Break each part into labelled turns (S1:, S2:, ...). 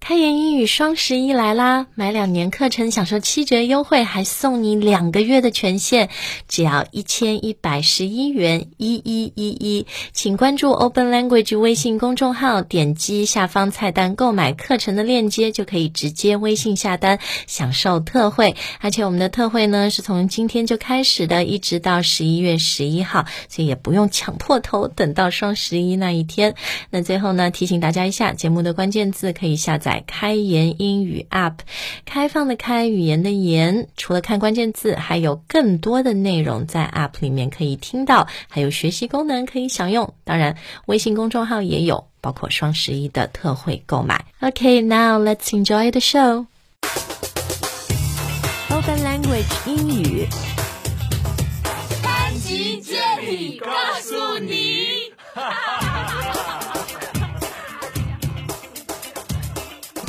S1: 开言英语双十一来啦！买两年课程享受七折优惠，还送你两个月的权限，只要一千一百十一元一一一一。请关注 Open Language 微信公众号，点击下方菜单购买课程的链接，就可以直接微信下单享受特惠。而且我们的特惠呢是从今天就开始的，一直到十一月十一号，所以也不用抢破头等到双十一那一天。那最后呢，提醒大家一下，节目的关键字可以下载。开言英语 App，开放的开，语言的言。除了看关键字，还有更多的内容在 App 里面可以听到，还有学习功能可以享用。当然，微信公众号也有，包括双十一的特惠购买。Okay, now let's enjoy the show. Open language 英语
S2: 班级接力告诉你。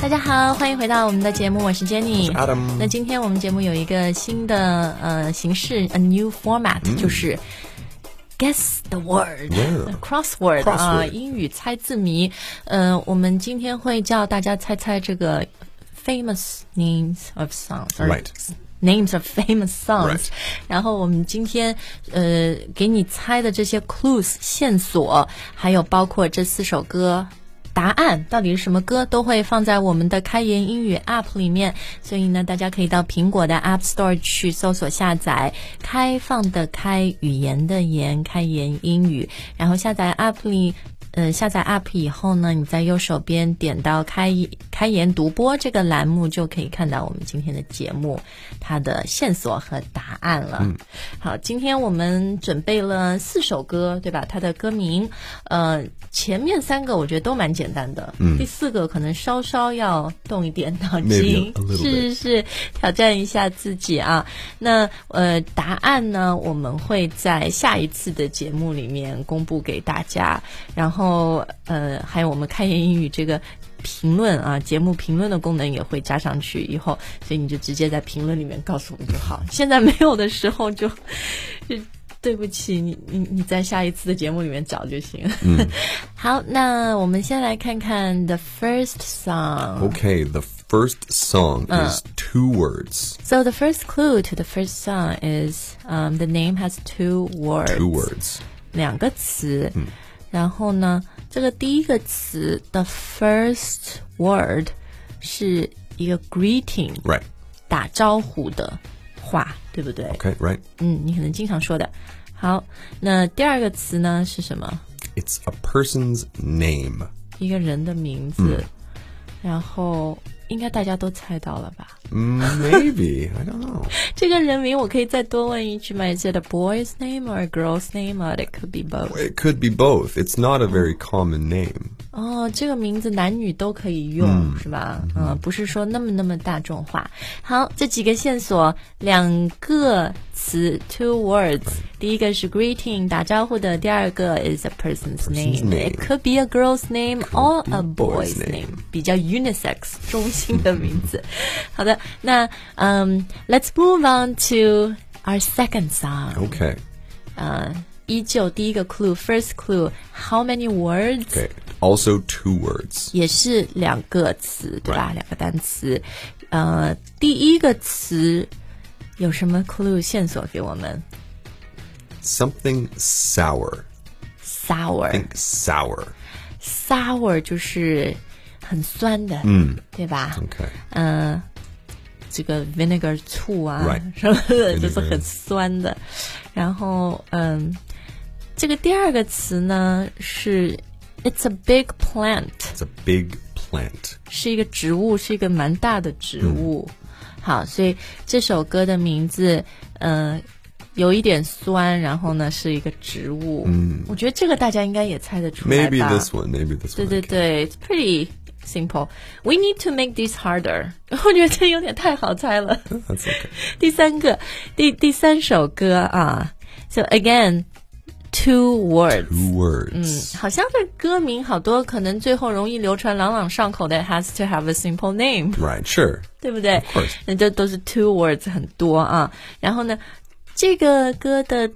S1: 大家好，欢迎回到我们的节目，我是 Jenny，
S3: 我是 Adam
S1: 那今天我们节目有一个新的呃形式，a new format，、就是
S3: 嗯
S1: guess the word。
S3: Yeah
S1: Crossword 啊、
S3: Crossword
S1: 英语猜字谜。呃，我们今天会叫大家猜猜这个 famous names of songs or
S3: Right.
S1: names of famous songs。
S3: Right.
S1: 然后我们今天呃给你猜的这些 clues 线索，还有包括这四首歌。答案到底是什么歌，都会放在我们的开言英语 App 里面，所以呢，大家可以到苹果的 App Store 去搜索下载“开放的开语言的言开言英语”，然后下载 App 里。呃，下载 App 以后呢，你在右手边点到开“开言独播”这个栏目，就可以看到我们今天的节目它的线索和答案了。
S3: 嗯
S1: 好，今天我们准备了四首歌，对吧？它的歌名，呃，前面三个我觉得都蛮简单的，第四个可能稍稍要动一点脑
S3: 嗯 Maybe
S1: 筋
S3: a，little
S1: 是
S3: bit
S1: 是是挑战一下自己啊。那呃，答案呢，我们会在下一次的节目里面公布给大家。然后呃，还有我们开言英语这个。评论啊，节目评论的功能也会加上去以后，所以你就直接在评论里面告诉我们就好。现在没有的时候就，就对不起，你你你在下一次的节目里面找就行。 好，那我们先来看看 the first song。
S3: Okay, the first song is two words.
S1: So the first clue to the first song is um, the name has two words.
S3: Two words.
S1: 两个词。然后呢，这个第一个词 the first word 是一个 greeting
S3: Right.
S1: 打招呼的话，对不对
S3: Okay, right.
S1: 嗯，你可能经常说的。好，那第二个词呢是什么？
S3: It's a person's name.
S1: 一个人的名字。然后应该大家都猜到了吧？
S3: Maybe. I don't know.
S1: 这个人名我可以再多问一句吗？Is it a boy's name or a girl's name? Or it could be both.
S3: It could be both. It's not a very common name.
S1: 哦，Oh, 这个名字男女都可以用，是吧？嗯、不是说那么那么大众化。好，这几个线索，两个词，two words。第一个是 greeting 打招呼的，第二个 is a person's name。
S3: name
S1: It could be a girl's name or
S3: be
S1: a boy's
S3: boy's
S1: name，
S3: name
S1: 比较 unisex 中性的名字。好的，那嗯、l e t s move on to our second song。
S3: Okay.
S1: 呃，依旧第一个 clue，first clue，how many words？
S3: Okay. Also two words.
S1: 也是两个词，对吧？两个单词。呃，第一个词有什么 clue 线索给我们
S3: Something sour.
S1: ？sour，sour
S3: Think sour.
S1: sour 就是很酸的，嗯，对吧？
S3: Okay.
S1: 这个 vinegar 醋啊
S3: Right
S1: 什么的，
S3: Vinegar
S1: 就是很酸的。然后，嗯，这个第二个词呢是 it's a big plant。
S3: It's a big plant.
S1: 是一个植物，是一个蛮大的植物。好，所以这首歌的名字，呃，有一点酸，然后呢是一个植物。嗯，我觉得这个大家应该也猜得出来
S3: Maybe
S1: 吧？
S3: this one. Maybe this
S1: 对
S3: one.
S1: 对对，It's pretty simple. We need to make this harder. 我觉得这有点太好猜了。
S3: That's okay.
S1: 第三个，第第三首歌啊，So again, two words.
S3: Two words.
S1: 好像这歌名好多可能最后容易流传朗朗上口的，has to have a simple name。
S3: Right. Sure.
S1: 对不对
S3: course.？
S1: 那这都是 two words 很多啊。然后呢，这个歌的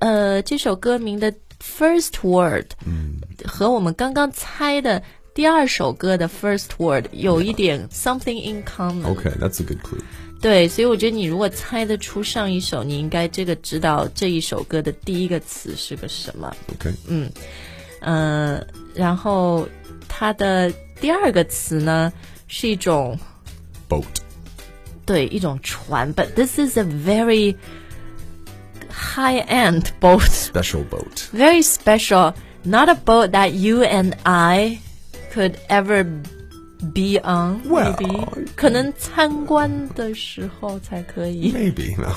S1: 呃这首歌名的 first word，嗯，和我们刚刚猜的第二首歌的 first word 有一点 something in common。
S3: Okay, that's a good clue.
S1: 对，所以我觉得你如果猜得出上一首，你应该这个知道这一首歌的第一个词是个什么。
S3: Okay.
S1: 嗯，然后它的第二个词呢是一种
S3: Boat.
S1: 对一种船，but this is a very high end boat,
S3: Special boat.
S1: very special, not a boat that you and I could ever be on.
S3: Well,
S1: maybe 可能参观的时候才可以。
S3: Maybe. No.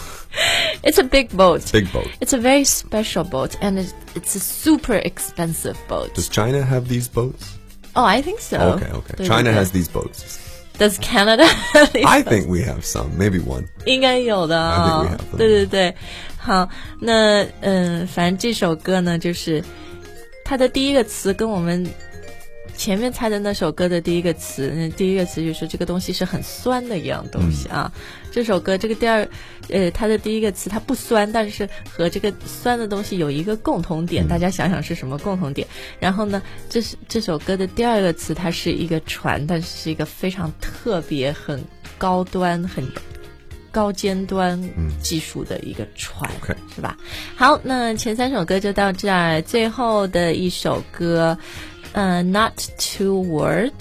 S1: It's a big boat.
S3: Big boat.
S1: It's a very special boat, and it's, it's a super expensive boat.
S3: Does China have these boats?
S1: Oh, I think so.
S3: Okay, okay.
S1: 对，
S3: China
S1: 对，对。
S3: has these boats.
S1: Does Canada?
S3: I think we have some. Maybe one.
S1: 应该有的啊、
S3: I think we have them.
S1: 对对对，好，那嗯，反正这首歌呢，就是它的第一个词跟我们前面猜的那首歌的第一个词，那第一个词就是说这个东西是很酸的一样东西啊。这首歌这个第二，呃，它的第一个词它不酸，但是和这个酸的东西有一个共同点，大家想想是什么共同点？然后呢，这是这首歌的第二个词，它是一个船，但是是一个非常特别、很高端、很高尖端技术的一个船，
S3: OK
S1: 是吧？好，那前三首歌就到这儿，最后的一首歌，呃，Not Two Words，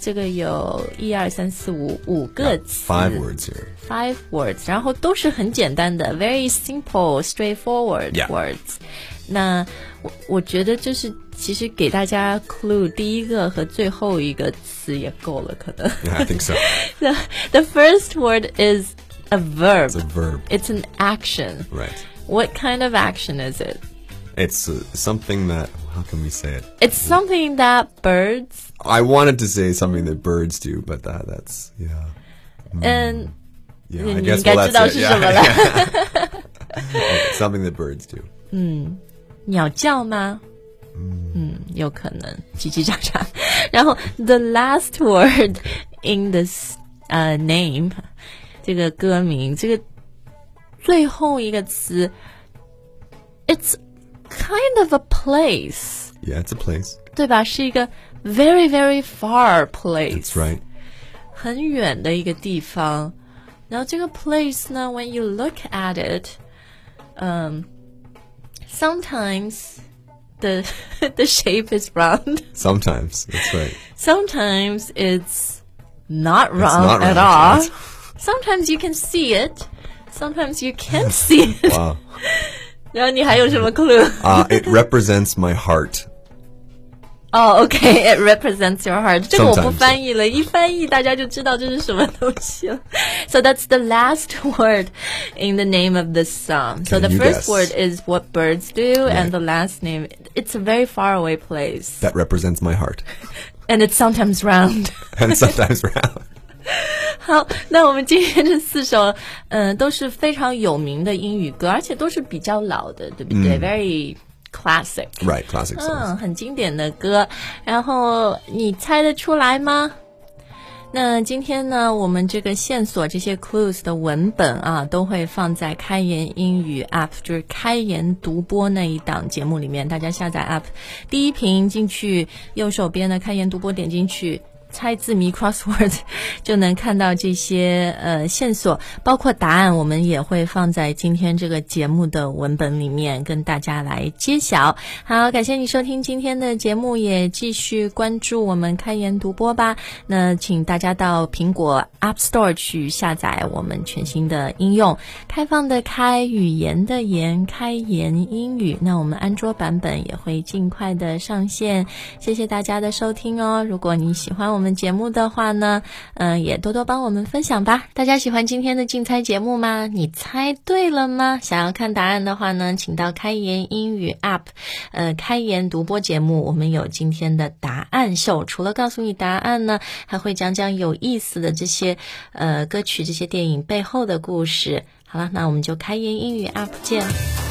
S1: 这个有一二三四五五个词
S3: Five words here.
S1: five words，然后都是很简单的，very simple, straightforward
S3: Yeah.
S1: words。那我我觉得就是其实给大家 clue 第一个和最后一个词也够了，可能。
S3: Yeah, I think so.
S1: the the first word is a verb.
S3: It's a verb.
S1: It's an action.
S3: Right.
S1: What kind of action is it?
S3: It's uh, something that. How can we say it?
S1: It's something that birds
S3: I wanted to say something that birds do, but that, that's yeah, Mm.
S1: and
S3: yeah. I
S1: 你
S3: guess
S1: 应该
S3: well
S1: 知道
S3: that's
S1: 是
S3: it.
S1: 什
S3: Yeah,
S1: 么了。
S3: yeah. something that birds do.
S1: 鸟叫吗？嗯，有可能叽叽喳 喳。然后 the last word in this 呃、name 这个歌名，这个最后一个词，it's kind of a place，
S3: Yeah, it's a place.
S1: 对吧？是一个 very very far
S3: That's
S1: place，
S3: right.
S1: 很远的一个地方。然后这个 place 呢，when you look at it，嗯、s o m e t i m e s the the shape is round.
S3: Sometimes that's right.
S1: Sometimes it's not
S3: not
S1: round at
S3: round,
S1: all.
S3: yes.
S1: Sometimes you can see it. Sometimes you can't see it.
S3: Wow.
S1: 然后你还有什么 clue？
S3: Uh, it represents my heart.
S1: 哦、o k Oh, it represents your heart。这个我不
S3: Sometimes.
S1: 翻译了，一翻译大家就知道这是什么东西了。So that's the last word in the name of this song. So
S3: Can
S1: the
S3: you
S1: first
S3: guess?
S1: word is what birds do, and the last name. It's a very far away place,
S3: That represents my heart,
S1: and it's sometimes round.
S3: and sometimes round.
S1: 好，那我们今天这四首，嗯、都是非常有名的英语歌，而且都是比较老的，对不对、v e r y classic。
S3: Right, classic songs.
S1: 嗯，很经典的歌。然后你猜得出来吗？那今天呢，我们这个线索这些 clues 的文本啊，都会放在开言英语 app，就是开言独播那一档节目里面。大家下载 app，第一屏进去，右手边的开言独播点进去。猜字谜 crossword 就能看到这些呃线索，包括答案，我们也会放在今天这个节目的文本里面跟大家来揭晓。好，感谢你收听今天的节目，也继续关注我们开言独播吧。那请大家到苹果 App Store 去下载我们全新的应用，开放的开，语言的言，开言英语。那我们安卓版本也会尽快的上线。谢谢大家的收听哦。如果你喜欢我们节目的话呢，嗯、也多多帮我们分享吧。大家喜欢今天的竞猜节目吗？你猜对了吗？想要看答案的话呢，请到开言英语 App，呃，开言独播节目，我们有今天的答案秀。除了告诉你答案呢，还会讲讲有意思的这些呃歌曲、这些电影背后的故事。好了，那我们就开言英语 App 见。